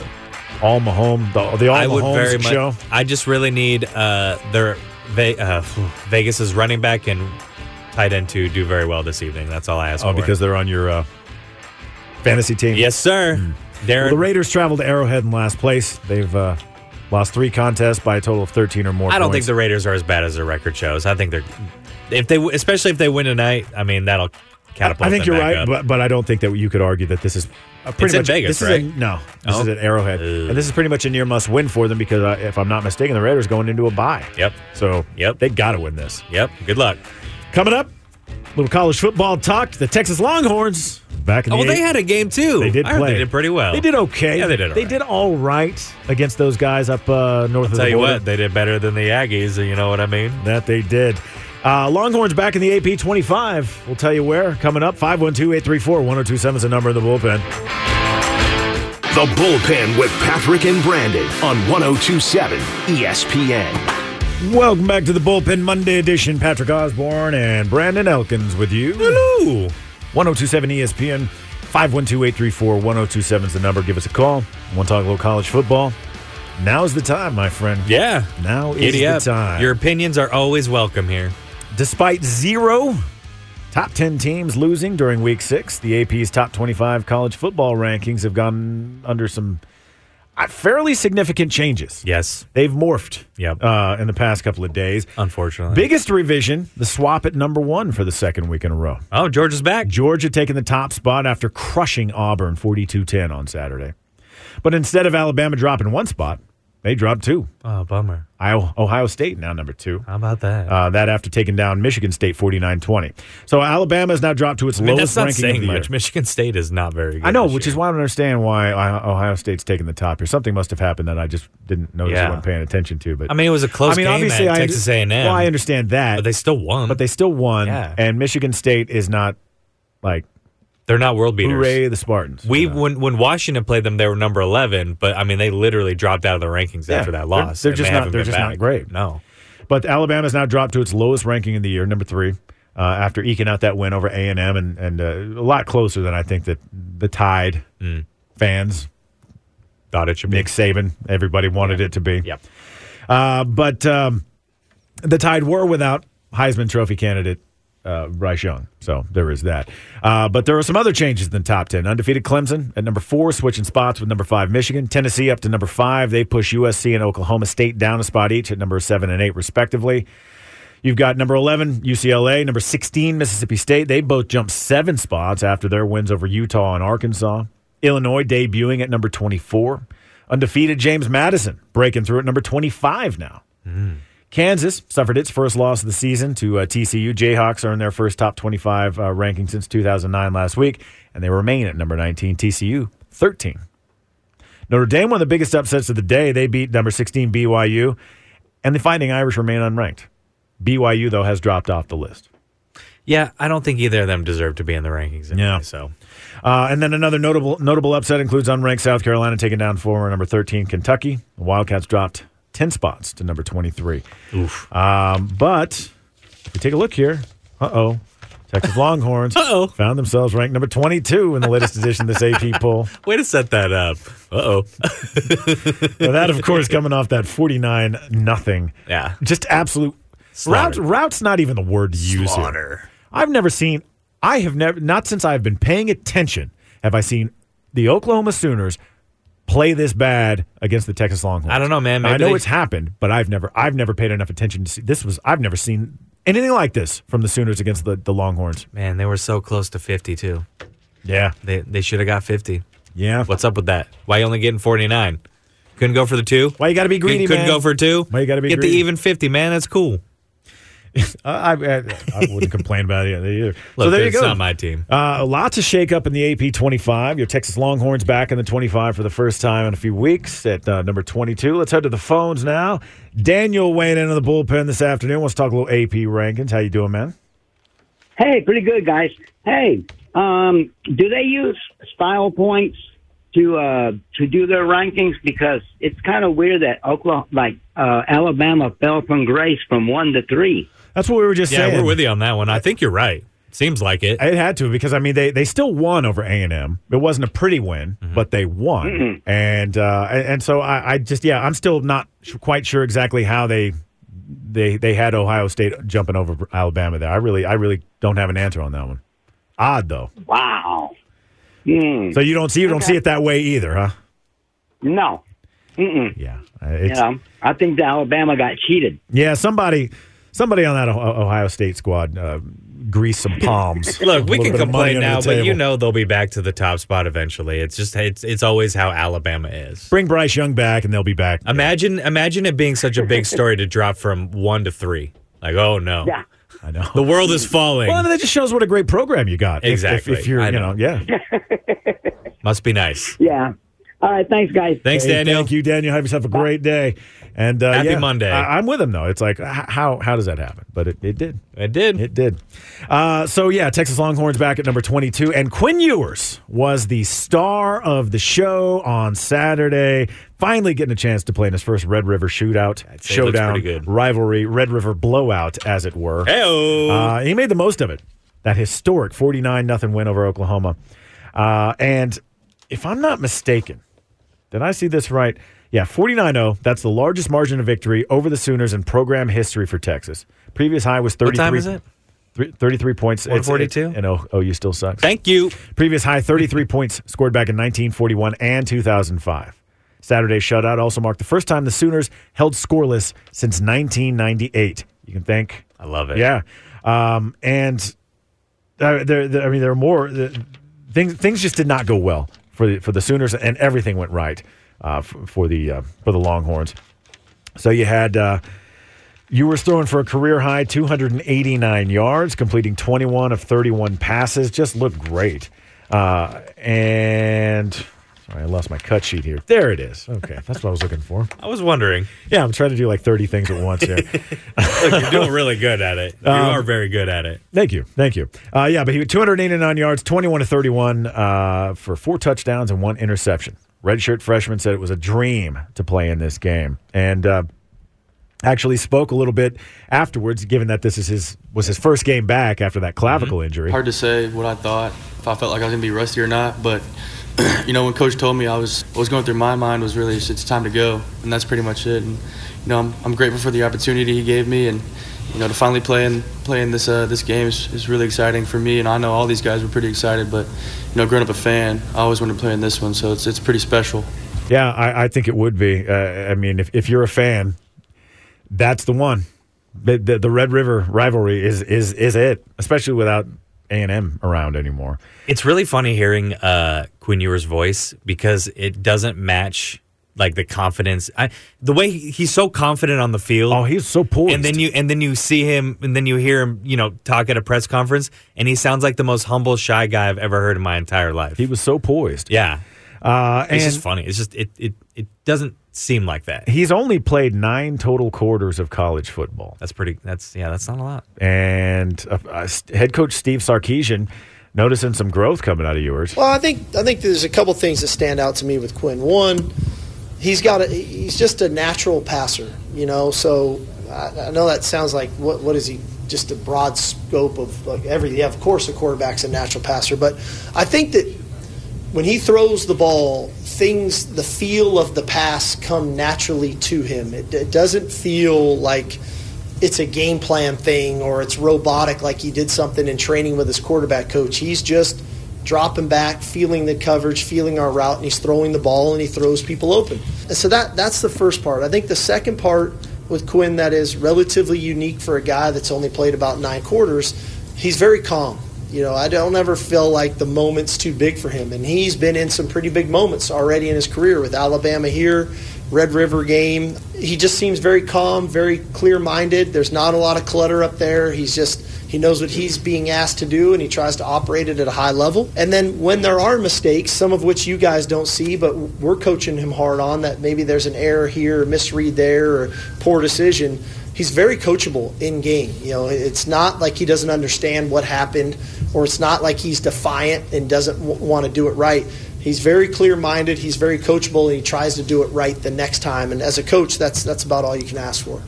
all Mahomes the, the all
I would
Mahomes
very much.
show.
I just really need uh, their Ve- uh, Vegas's running back and tight end to do very well this evening. That's all I ask
Oh,
for.
because they're on your uh, fantasy team.
yes, sir. Darren,
Hmm. Well, the Raiders traveled to Arrowhead in last place. They've uh, lost three contests by a total of thirteen or more.
I don't think
points.
the Raiders are as bad as their record shows. I think they're if they especially if they win tonight. I mean, that'll catapult.
I think
them
you're
back
right,
up.
but, but I don't think that you could argue that this is a pretty
It's in
much
Vegas,
this
right?
Is a, no, this
Oh.
is at Arrowhead, and this is pretty much a near must win for them because uh, if I'm not mistaken, the Raiders going into a bye.
Yep.
So
Yep.
they got to win this.
Yep. Good luck.
Coming up, little college football talk. The Texas Longhorns back in
Oh,
the
well, they
eight-
had a game too.
They did
I heard
play.
They did pretty well.
They did okay.
Yeah, they did all
They
right.
did all right against those guys up uh, north of
Tell
the
you
border.
what, they did better than the Aggies. You know what I mean?
That they did. Uh, Longhorns back in the AP 25. We'll tell you where. Coming up, 512 834 1027 is the number in the bullpen.
The bullpen with Patrick and Brandon on 1027 ESPN.
Welcome back to the Bullpen Monday edition. Patrick Osborne and Brandon Elkins with you. oh Hello. 1027 ESPN, 512 834 1027 is the number. Give us a call. We'll talk a little college football. Now's the time, my friend.
Yeah.
Now is
Giddy
the
up.
time.
Your opinions are always welcome here.
Despite zero top 10 teams losing during week six, the AP's top 25 college football rankings have gone under some uh, fairly significant changes.
Yes.
They've morphed
Yep.
uh, in the past couple of days.
Unfortunately.
Biggest revision the swap at number one for the second week in a row.
Oh, George is back.
Georgia taking the top spot after crushing Auburn 42 10 on Saturday. But instead of Alabama dropping one spot, they dropped two.
Oh, bummer.
Iowa, Ohio State now number two.
How about that?
Uh, that after taking down Michigan State 49 20. So Alabama has now dropped to its
I mean, that's
lowest
not
ranking of
saying
the
much.
year.
Michigan State is not very good.
I know,
this
which
year.
is why I don't understand why Ohio Ohio State's taking the top here. Something must have happened that I just didn't notice
Yeah.
I wasn't paying attention to. But
I mean, it was a close game at Texas A&M.
Well, I understand that,
But they still won.
but they still won.
Yeah.
And Michigan State is not like
they're not world beaters.
hooray the Spartans.
We
you know?
when when Washington played them, they were number eleven. But I mean, they literally dropped out of the rankings
Yeah,
after that
they're-
loss.
they're
and
just
they
not-
haven't
they're
been
just not
back.
great.
No,
But Alabama's now dropped to its lowest ranking in the year, number three, uh, after eking out that win over A and M, and and uh, a lot closer than I think that the Tide
Mm.
fans,
thought it should be.
Nick Saban, everybody wanted it to be.
Yep.
Uh, but um, the Tide were without Heisman Trophy candidate uh, Bryce Young, so there is that. Uh, but there are some other changes in the top ten. Undefeated Clemson at number four, switching spots with number five Michigan. Tennessee up to number five. They push USC and Oklahoma State down a spot each at number seven and eight, respectively. You've got number 11, UCLA, number 16, Mississippi State. They both jumped seven spots after their wins over Utah and Arkansas. Illinois debuting at number 24. Undefeated James Madison breaking through at number 25 now. Kansas suffered its first loss of the season to uh, TCU. Jayhawks are in their first top 25 uh, ranking since 2009 last week, and they remain at number 19. TCU, 13. Notre Dame, one of the biggest upsets of the day. They beat number 16 BYU, and the Fighting Irish remain unranked. BYU, though, has dropped off the list.
Yeah, I don't think either of them deserve to be in the rankings. Anyway,
Yeah.
So
Uh, and then another notable notable upset includes unranked South Carolina taking down former number 13 Kentucky. The Wildcats dropped 10 spots to number 23.
Oof.
Um, but if we take a look here, uh oh, Texas Longhorns
Uh-oh.
found themselves ranked number 22 in the latest edition of this AP poll.
way to set that up. Uh oh.
Now that, of course, coming off that 49 nothing.
Yeah.
Just absolute. Routes,
Slaughter.
routes not even the word to use here.
Slaughter.
I've never seen, I have never, not since I've been paying attention, have I seen the Oklahoma Sooners play this bad against the Texas Longhorns.
I don't know, man.
Now, I
Maybe
know
they-
it's happened, but I've never, I've never paid enough attention to see. This was, I've never seen anything like this from the Sooners against the, the Longhorns.
Man, they were so close to 50 too.
Yeah,
They they should have got 50.
yeah.
What's up with that? Why you only getting 49? Couldn't go for the two?
Why you gotta be
Couldn't-
greedy,
Couldn't
man?
go for two?
Why you gotta be
Get
greedy?
the even 50, man. That's cool.
Uh, I, I, I wouldn't complain about it either.
Look,
so there you
it's
go.
not my team.
Uh, lots of shakeup in the AP 25. Your Texas Longhorns back in the 25 for the first time in a few weeks at uh, number 22. Let's head to the phones now. Daniel weighing into the bullpen this afternoon. Let's talk a little AP rankings. How you doing, man?
Hey, pretty good, guys. Hey, um, do they use style points to uh, to do their rankings? Because it's kind of weird that Oklahoma, like uh, Alabama, fell from grace from one to three.
That's what we were just
Yeah,
saying.
we're with you on that one. I think you're right. Seems like it.
It had to because I mean they, they still won over A and M. It wasn't a pretty win,
Mm-hmm.
but they won, and uh, and and so I, I just yeah I'm still not sh- quite sure exactly how they they they had Ohio State jumping over Alabama there. I really I really don't have an answer on that one. Odd though.
Wow. Mm,
So you don't see you don't see it that way either, huh?
no,
Yeah, Uh, it's,
you know, I think the Alabama got cheated.
yeah. Somebody somebody on that O- Ohio State squad uh, greased some palms.
Look,
A
we
little
can
bit of money
complain
under
now,
the
but you
table.
know they'll be back to the top spot eventually. It's just it's it's always how Alabama is.
Bring Bryce Young back, and they'll be back.
Imagine imagine it being such a big story to drop from one to three. Like, oh no.
Yeah.
I know.
The world is falling.
Well, that just shows what a great program you got. If- if-
Exactly.
If, you're,
I
you know,
know.
yeah.
Must be nice.
Yeah. All right. Thanks, guys.
Thanks,
Hey,
Daniel.
Thank you, Daniel. Have yourself a great day. And uh,
Happy
yeah,
Monday.
I, am with him though. It's like h- how how does that happen? But it, it did.
It did.
It did. Uh, so yeah, Texas Longhorns back at number 22, and Quinn Ewers was the star of the show on Saturday. Finally, getting a chance to play in his first Red River Shootout
say it looks
showdown
pretty good.
rivalry, Red River blowout, as it were.
Heyo.
Uh, he made the most of it. That historic 49 nothing win over Oklahoma. Uh, and if I'm not mistaken, did I see this right? Yeah, 49 0. That's the largest margin of victory over the Sooners in program history for Texas. Previous high was 33.
what time is it?
three- 33 points. It's-
142?
it- And oh, oh, you still sucks.
Thank you.
Previous high 33 points scored back in 1941 and 2005. Saturday's shutout also marked the first time the Sooners held scoreless since 1998. You can thank
I love it.
yeah, um, and uh, there, there, I mean, there are more the, things. Things just did not go well for the, for the Sooners, and everything went right uh, for, for the uh, for the Longhorns. So you had uh, you were throwing for a career high 289 yards, completing 21 of 31 passes. Just looked great, uh, and. Sorry, I lost my cut sheet here. There it is. Okay, that's what I was looking for.
I was wondering.
Yeah, I'm trying to do like 30 things at once here.
Look, you're doing really good at it. You are very good at it.
Thank you, thank you. Uh, yeah, but he had 289 yards, 21 to 31 uh, for four touchdowns and one interception. Redshirt freshman said it was a dream to play in this game, and uh, actually spoke a little bit afterwards, given that this is his was his first game back after that clavicle
Mm-hmm.
injury.
Hard to say what I thought, if I felt like I was gonna be rusty or not. But you know, when coach told me, I was what was going through my mind was really it's, it's time to go, and that's pretty much it. And you know, I'm, I'm grateful for the opportunity he gave me, and you know, to finally play and play in this uh, this game is, is really exciting for me. And I know all these guys were pretty excited, but you know, growing up a fan, I always wanted to play in this one, so it's it's pretty special.
Yeah, I, I think it would be. Uh, I mean, if, if you're a fan, that's the one. The, the, the Red River rivalry is is is it, especially without A&M around anymore.
It's really funny hearing uh, Quinn Ewers' voice because it doesn't match like the confidence. I, the way he, he's so confident on the field.
Oh, he's so poised.
and then you and then you see him and then you hear him, you know, talk at a press conference and he sounds like the most humble shy guy I've ever heard in my entire life.
he was so poised.
yeah.
Uh, and
It's just funny. It's just it it it doesn't seem like that.
he's only played nine total quarters of college football.
That's pretty that's yeah, that's not a lot.
And uh, uh, st- head coach Steve Sarkeesian noticing some growth coming out of yours.
Well, I think I think there's a couple things that stand out to me with Quinn. One, he's got a, he's just a natural passer, you know. So I, I know that sounds like what what is he? Just the broad scope of like every yeah, of course, a quarterback's a natural passer, but I think that when he throws the ball, things the feel of the pass come naturally to him. It, it doesn't feel like it's a game plan thing or it's robotic like he did something in training with his quarterback coach. He's just dropping back, feeling the coverage, feeling our route, and he's throwing the ball and he throws people open. And so that that's the first part. I think the second part with Quinn that is relatively unique for a guy that's only played about nine quarters, he's very calm. You know, I don't ever feel like the moment's too big for him. And he's been in some pretty big moments already in his career with Alabama here, Red River game. He just seems very calm, very clear minded. There's not a lot of clutter up there. He's just, he knows what he's being asked to do and he tries to operate it at a high level. And then when there are mistakes, some of which you guys don't see, but we're coaching him hard on that maybe there's an error here, misread there, or poor decision he's very coachable in game. You know, it's not like he doesn't understand what happened, or it's not like he's defiant and doesn't w- want to do it right. He's very clear-minded. He's very coachable, and he tries to do it right the next time. And as a coach, that's that's about all you can ask for.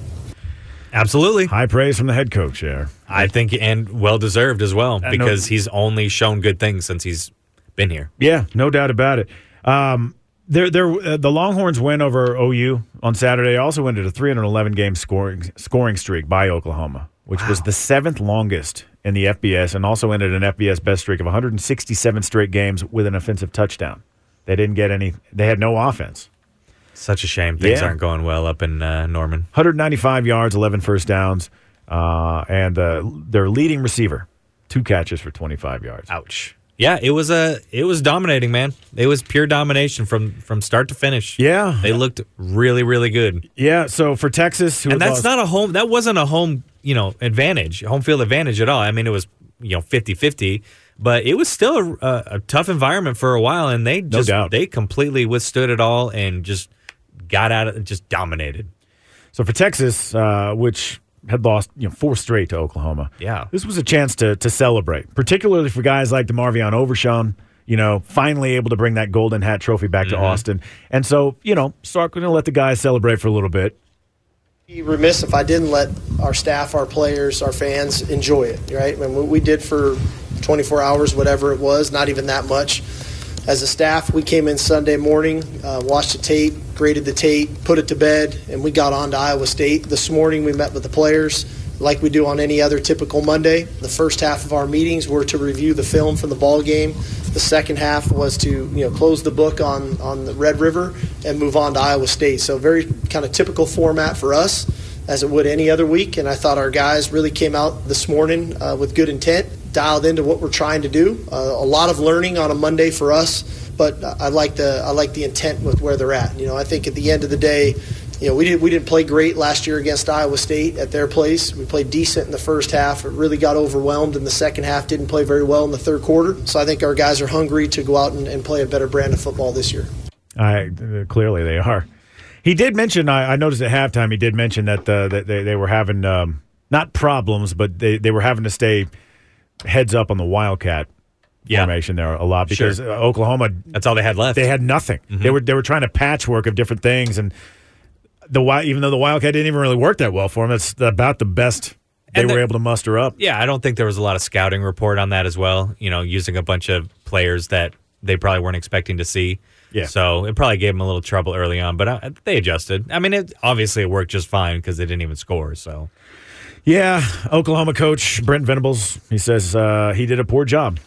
Absolutely.
High praise from the head coach there.
I think and well deserved as well
no-
because he's only shown good things since he's been here.
Yeah, no doubt about it. Um, there, there, uh, the Longhorns win over OU on Saturday. Also ended a 311 game scoring scoring streak by Oklahoma, which was the seventh longest in the FBS, and also ended an FBS best streak of 167 straight games with an offensive touchdown. They didn't get any. They had no offense.
Such a shame things
Yeah.
aren't going well up in uh, Norman.
195 yards, 11 first downs, uh, and uh, their leading receiver, two catches for 25 yards.
Ouch. Yeah, it was a it was dominating, man. It was pure domination from from start to finish.
Yeah.
They looked really really good.
Yeah. So for Texas, who
And
had
that's
lost-
not a home that wasn't a home, you know, advantage, home field advantage at all. I mean, it was, you know, 50-50, but it was still a, a, a tough environment for a while and they just
doubt.
they completely withstood it all and just got out of just dominated.
So for Texas, uh, which had lost you know four straight to Oklahoma,
Yeah.
this was a chance to to celebrate, particularly for guys like Demarvion Overshawn. You know, finally able to bring that golden hat trophy back
Mm-hmm.
to Austin, and so you know, Stark going to let the guys celebrate for a little bit.
be remiss if I didn't let our staff, our players, our fans enjoy it, right? I mean, what we did for 24 hours, whatever it was, not even that much. As a staff, we came in Sunday morning, uh, watched the tape, graded the tape, put it to bed, and we got on to Iowa State. This morning, we met with the players like we do on any other typical Monday. The first half of our meetings were to review the film from the ball game. The second half was to you know close the book on on the Red River and move on to Iowa State. So very kind of typical format for us as it would any other week. And I thought our guys really came out this morning uh, with good intent, dialed into what we're trying to do. Uh, a lot of learning on a Monday for us, but I like the I like the intent with where they're at. You know, I think at the end of the day you know, we didn't we didn't play great last year against Iowa State at their place. We played decent in the first half. It really got overwhelmed in the second half. Didn't play very well in the third quarter. So I think our guys are hungry to go out and, and play a better brand of football this year.
I uh, clearly they are. He did mention. I, I noticed at halftime he did mention that uh, that they, they were having um, not problems, but they, they were having to stay heads up on the Wildcat
Yeah.
formation there a lot because uh Oklahoma
That's all they had left.
they had nothing. They
Mm-hmm.
were they were trying to patchwork of different things, and the Wi- even though the Wildcat didn't even really work that well for them, that's about the best they
And the-
were able to muster up.
Yeah, I don't think there was a lot of scouting report on that as well. You know, using a bunch of players that they probably weren't expecting to see.
Yeah.
So it probably gave them a little trouble early on, but uh they adjusted. I mean, it obviously it worked just fine because they didn't even score. So
Yeah, Oklahoma coach Brent Venables, he says uh, he did a poor job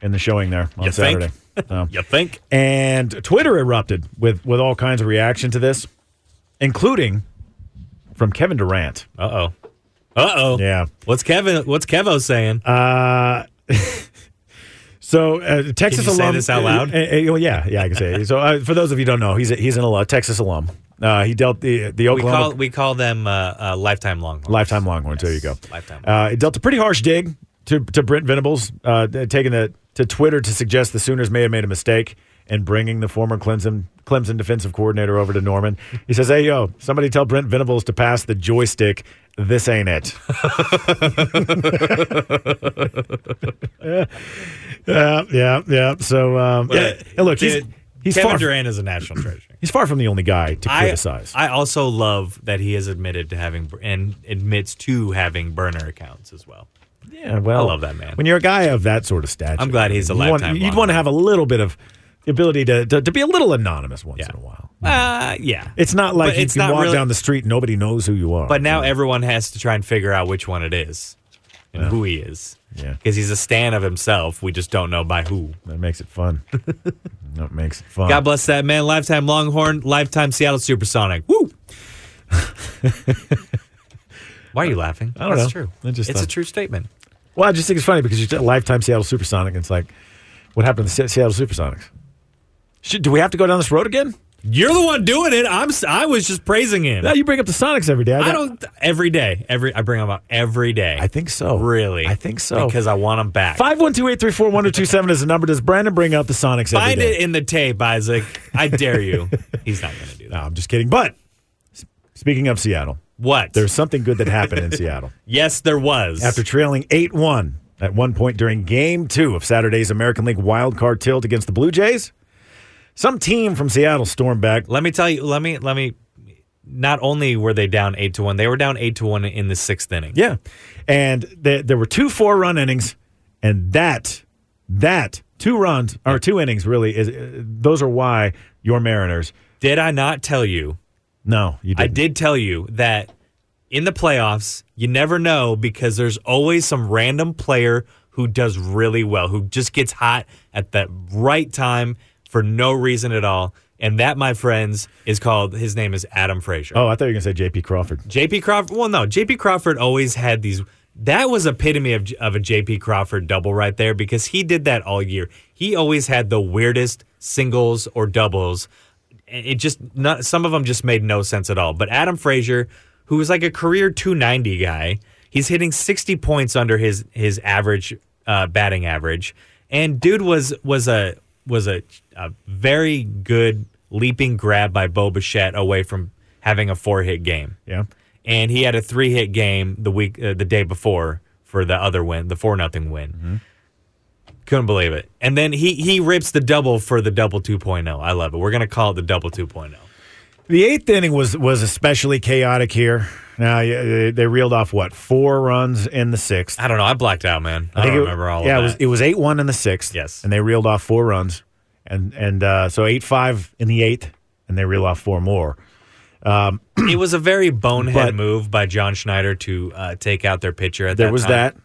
in the showing there on
You think?
Saturday. So-
you think?
And Twitter erupted with with all kinds of reaction to this, including from Kevin Durant.
Uh oh. Uh oh.
Yeah.
What's Kevin? What's Kevo saying?
Uh, So uh, Texas
you say
alum.
this out loud?
Uh, uh, well, yeah, yeah, I can say. it. So uh, for those of you who don't know, he's a, he's an alum, Texas alum. Uh, he dealt the the
We
Oklahoma
call we call them uh, uh, lifetime longhorns.
lifetime Longhorns. There you go.
Lifetime.
Uh, it dealt a pretty harsh dig to to Brent Venables, uh, th- taking the to Twitter to suggest the Sooners may have made a mistake in bringing the former Clemson Clemson defensive coordinator over to Norman. He says, "Hey yo, somebody tell Brent Venables to pass the joystick. This ain't it." yeah, yeah, yeah. So um, yeah, and look, he's,
Dude,
he's
Kevin
far
Durant is a national treasure.
he's far from the only guy to criticize.
I also love that he has admitted to having and admits to having burner accounts as well.
Yeah, well,
I love that man.
When you're a guy of that sort of stature,
I'm glad he's a
you want-
lifetime
you'd
Longhorn.
want to have a little bit of the ability to, to, to be a little anonymous once
Yeah.
in a while.
Uh, yeah.
It's not like
But
you
it's
can
not
walk
really-
down the street and nobody knows who you are.
but now everyone has to try and figure out which one it is and who he is.
Yeah.
Because he's a stan of himself. We just don't know by who.
that makes it fun. that makes it fun.
God bless that man. Lifetime Longhorn, lifetime Seattle Supersonic. Woo! Why are you laughing?
I don't
That's
know.
true.
I just
it's a
thought-
true statement.
Well, I just think it's funny because you're a lifetime Seattle Supersonic. And it's like, what happened to the Se- Seattle Supersonics? Should, do we have to go down this road again?
You're the one doing it. I'm. s- I was just praising him.
Now you bring up the Sonics every day.
I
got-
don't. Every day, every I bring them up every day.
I think so.
Really?
I think so.
Because I want them back.
Five one two eight three four one zero two seven is the number. Does Brandon bring up the Sonics? every
Find
day?
it in the tape, Isaac. I dare you. He's not going to do
No,
that.
I'm just kidding. But s- speaking of Seattle,
What?
there's something good that happened in Seattle.
yes, there was.
After trailing 8 1 at one point during game two of Saturday's American League wildcard tilt against the Blue Jays, some team from Seattle stormed back.
let me tell you. Let me. Let me. Not only were they down eight to one, they were down eight to one in the sixth inning.
Yeah. And th- there were two four run innings, and that, that, two runs, or two innings really, is uh, those are why your Mariners.
Did I not tell you?
No, you didn't.
I did tell you that in the playoffs, you never know because there's always some random player who does really well, who just gets hot at the right time for no reason at all. And that, my friends, is called his name is Adam Frazier.
Oh, I thought you were going to say JP Crawford.
JP Crawford. Well, no, JP Crawford always had these. That was epitome of, of a JP Crawford double right there because he did that all year. He always had the weirdest singles or doubles. And It just not some of them just made no sense at all. But Adam Frazier, who was like a career 290 guy, he's hitting 60 points under his his average uh, batting average, and dude was was a was a, a very good leaping grab by Bo Bichette away from having a four hit game
Yeah.
and he had a three hit game the week uh, the day before for the other win, the four nothing win.
Mm-hmm.
Couldn't believe it. And then he he rips the double for the double 2.0. I love it. We're gonna call it the double oh. 2.0.
The eighth inning was was especially chaotic here. Now yeah, they, they reeled off what four runs in the sixth.
I don't know. I blacked out, man. I, don't
think it-
remember all
Yeah,
of
it
that.
was it was eight one in the sixth.
Yes.
and they reeled off four runs, and and uh, so eight five in the eighth, and they reeled off four more.
it was a very bonehead
But-
move by John Schneider to uh, take out their pitcher at
There
that
was
time.
that.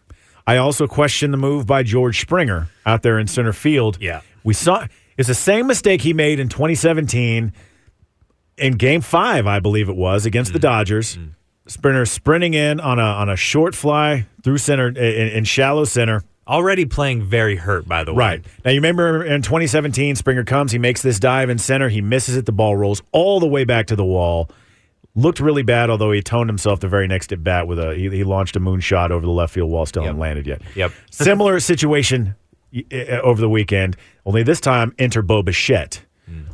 I also questioned the move by George Springer out there in center field.
Yeah.
we saw it's the same mistake he made in 2017 in Game Five, I believe it was against
Mm.
the Dodgers. Springer sprinting in on a on a short fly through center in, in shallow center.
Already playing very hurt, by the way.
Right. Now, you remember in 2017, Springer comes, he makes this dive in center, he misses it, the ball rolls all the way back to the wall. Looked really bad, although he toned himself the very next at bat with a, he, he launched a moonshot over the left field wall, still hadn't landed yet.
Yep.
Similar situation y- uh, over the weekend, only this time enter Bo Bichette,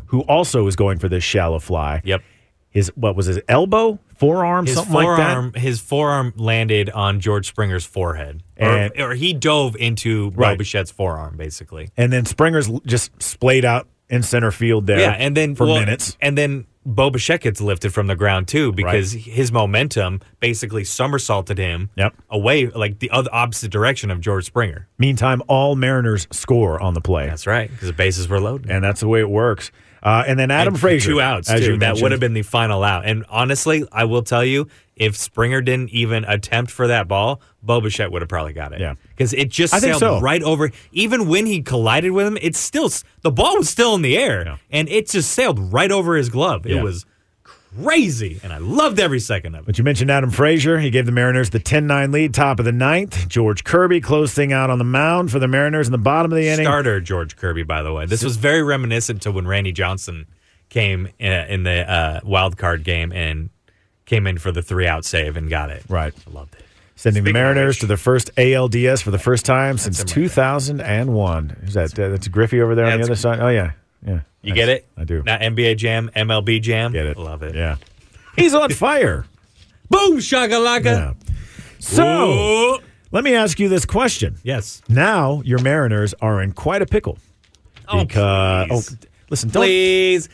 who also is going for this shallow fly.
Hmm. Yep.
His, what was his elbow, forearm,
His
something
forearm,
like that?
his forearm landed on George Springer's forehead, Or-
And-
or, he dove into
Right.
Bobichette's forearm, basically.
And then Springer's l- just splayed out in center field there
Yeah, and then
for
well,
minutes.
and then Bobachek gets lifted from the ground too because his momentum basically somersaulted him
Yep.
away, like the other opposite direction of George Springer.
Meantime, all Mariners score on the play.
That's right, because the bases were loaded.
and that's the way it works. Uh, and then Adam
And
Frazier,
two outs
as
too.
you
That would
mentioned.
have been the final out. And honestly, I will tell you, if Springer didn't even attempt for that ball, Bobachek would have probably got it.
Yeah.
because it just
I think
sailed
so.
right over. Even when he collided with him, it's still s- the ball was still in the air,
Yeah.
and it just sailed right over his glove.
Yeah.
It was crazy, and I loved every second of it.
But you mentioned Adam Frazier. He gave the Mariners the 10 9 lead, top of the ninth. George Kirby closed thing out on the mound for the Mariners in the bottom of the inning.
Starter George Kirby, by the way. This was very reminiscent to when Randy Johnson came in, in the uh, wild card game and came in for the three out save and got it.
Right.
I loved it.
Sending the
Speaking of
Mariners
which-
to their first ALDS for the first time since 2001. Who's that? Uh, That's Griffey over there on the
That's-
other side. Oh, yeah. Yeah.
You
Nice.
get it?
I do.
Not NBA Jam, MLB Jam.
get it.
Love it.
Yeah. He's on fire.
Boom, shagalaka.
Yeah. Oh. So
Whoa.
let me ask you this question.
yes.
Now your Mariners are in quite a pickle.
Oh,
Because-
please.
oh, listen, don't.
please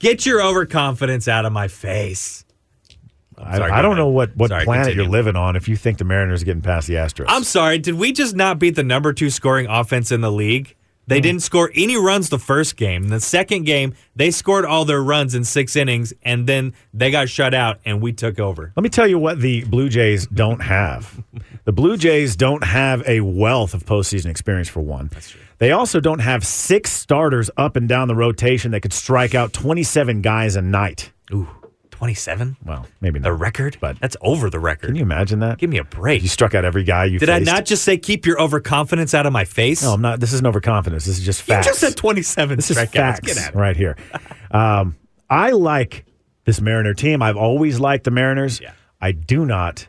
get your overconfidence out of my face.
I,
Sorry,
I
go
don't
ahead.
know what, what
Sorry,
planet
continue.
you're living on if you think the Mariners are getting past the Astros.
I'm sorry. Did we just not beat the number two scoring offense in the league? They
Mm.
didn't score any runs the first game. The second game, they scored all their runs in six innings, and then they got shut out, and we took over.
Let me tell you what the Blue Jays don't have. the Blue Jays don't have a wealth of postseason experience for one. That's true. They also don't have six starters up and down the rotation that could strike out 27 guys a night.
Ooh, 27?
Well, maybe not.
The record?
But-
That's over the record.
Can you imagine that?
Give me a break.
You struck out every guy you
Did I
faced.
not just say keep your overconfidence out of my face?
No, I'm not. This isn't overconfidence. This is just
you
facts.
just said 27
This is
strikeouts.
facts
Get out of
right here. Um, I like this Mariner team. I've always liked the Mariners.
Yeah.
I do not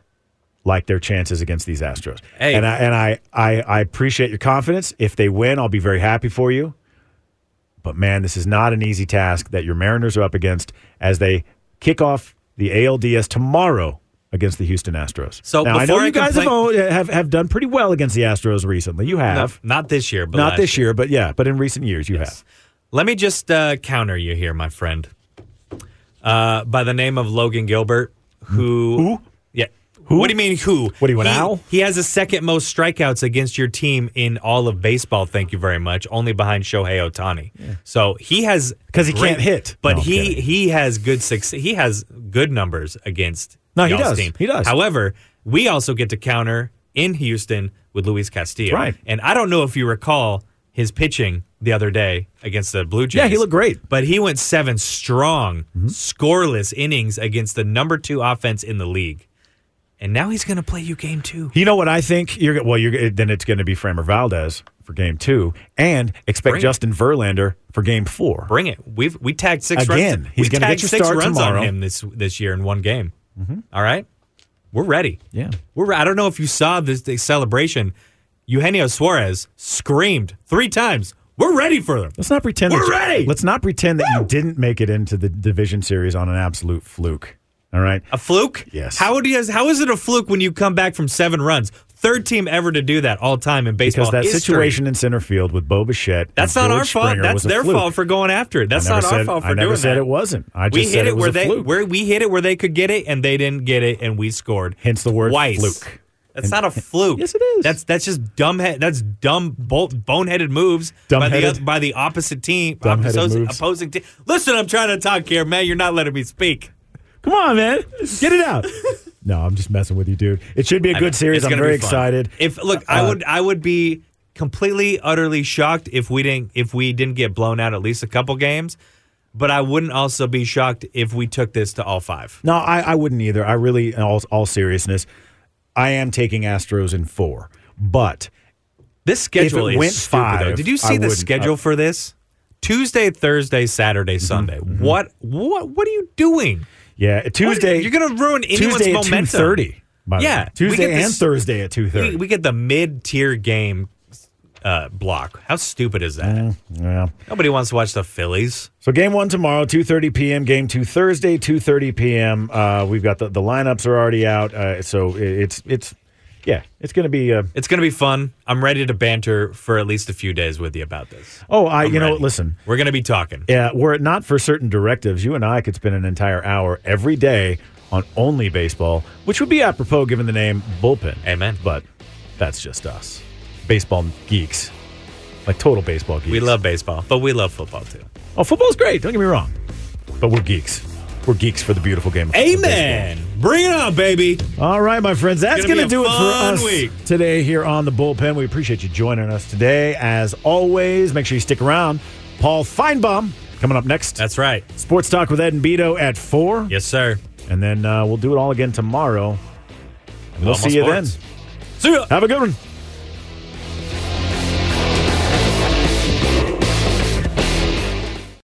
like their chances against these Astros.
Hey.
And I and I, I I appreciate your confidence. If they win, I'll be very happy for you. But man, this is not an easy task that your Mariners are up against as they kick off the ALDS tomorrow against the Houston Astros.
So
now, I know
before
you
I
guys have,
complain-
owned- have have done pretty well against the Astros recently. You
No,
have.
not this year, but
Not
last
this year, but yeah, but in recent years you have.
Let me just uh, counter you here, my friend. Uh, by the name of Logan Gilbert, who?
Who?
Yeah. What do you mean who?
What do you want,
He-
Al?
He has the second most strikeouts against your team in all of baseball. Thank you very much. Only behind Shohei Otani. So he has
'Cause he can't hit.
but
No, I'm
he
kidding.
he has good success. He has good numbers against.
No, he
y'all's
does.
Team.
He does.
However, we also get to counter in Houston with Luis Castillo.
Right.
And I don't know if you recall his pitching the other day against the Blue Jays.
Yeah, he looked great. Mm-hmm.
But he went seven strong, scoreless innings against the number two offense in the league. And now he's going to play you game two.
You know what I think? You're well. You're then it's going to be Framer Valdez for game two, and expect
Bring it.
Justin Verlander for game four.
Bring it. We've we tagged six
Again,
runs.
he's
we
gonna get
tagged
your
six
start
runs
tomorrow. Mm-hmm.
on him this this year in one game. All right, we're ready.
Yeah.
we're. re- I don't know if you saw this the celebration. Eugenio Suarez screamed three times. We're ready for them.
Let's not pretend.
We're
that you-
ready!
Let's not pretend that you didn't make it into the division series on an absolute fluke. All right.
A fluke?
Yes.
How would you, How is it a fluke when you come back from seven runs? Third team ever to do that all time in baseball.
Because that
history.
situation in center field with Bo Bichette. and
That's not
George
our fault.
Springer
That's
was a
their
fluke.
fault for going after it. That's
I never
not our
said-
fault for
I never
doing
said
that.
it wasn't. I just
we
said
hit
it was
where
a
they
fluke.
where we hit it where they could get it and they didn't get it and we scored.
Hence the word
twice.
fluke.
That's not a fluke.
Yes, it is.
That's that's just dumb. Head, that's dumb, bo- boneheaded moves by the
Dumbheaded.
oth- by the opposite team,
Dumbheaded
opposing,
moves.
opposing team. Listen, I'm trying to talk here, man. You're not letting me speak.
Come on, man. Get it out. no, I'm just messing with you, dude. It should be a
I
good
know.
series.
It's
I'm
gonna
very
be fun.
excited. Uh,
If look, I would I would be completely utterly shocked if we didn't if we didn't get blown out at least a couple games, but I wouldn't also be shocked if we took this to all five.
No, I, I wouldn't either. I really, in all, all seriousness, I am taking Astros in four. But
This schedule is
went
stupid. though.
five,
Did you
I
see the
wouldn't. uh,
schedule for this? Tuesday, Thursday, Saturday,
Mm-hmm.
Sunday. What what what are you doing?
yeah, Tuesday
you're gonna ruin anyone's
Tuesday at
momentum.
two thirty.
Yeah, we
Tuesday
get this-
and Thursday at two
We,
thirty.
we get the mid tier game uh, block. How stupid is
Uh.
that?
yeah.
Nobody wants to watch the Phillies.
So game one tomorrow, two thirty p.m. Game two Thursday, two thirty p.m. Uh, we've got the, the lineups are already out. Uh, so it, it's it's yeah, it's going to be. Uh,
It's going to be fun. I'm ready to banter for at least a few days with you about this.
oh, I
I'm
you know
ready.
listen.
We're going to be talking.
Yeah, were it not for certain directives, you and I could spend an entire hour every day on only baseball, which would be apropos given the name bullpen.
Amen.
But that's just us, baseball geeks, like total baseball geeks.
We love baseball, but we love football too.
Oh, football's great. Don't get me wrong, but we're geeks. We're geeks for the beautiful game. Of
Amen. Bring it on, baby.
All right, my friends, that's going
gonna
to
be
do
a
it for
fun
us
week.
today here on the bullpen. We appreciate you joining us today. As always, make sure you stick around. Paul Feinbaum Coming up next,
That's right.
Sports Talk with Ed and Beto at 4.
Yes, sir.
And then uh, we'll do it all again tomorrow. We'll
Almost
see you
sports.
then.
See ya.
Have a good one.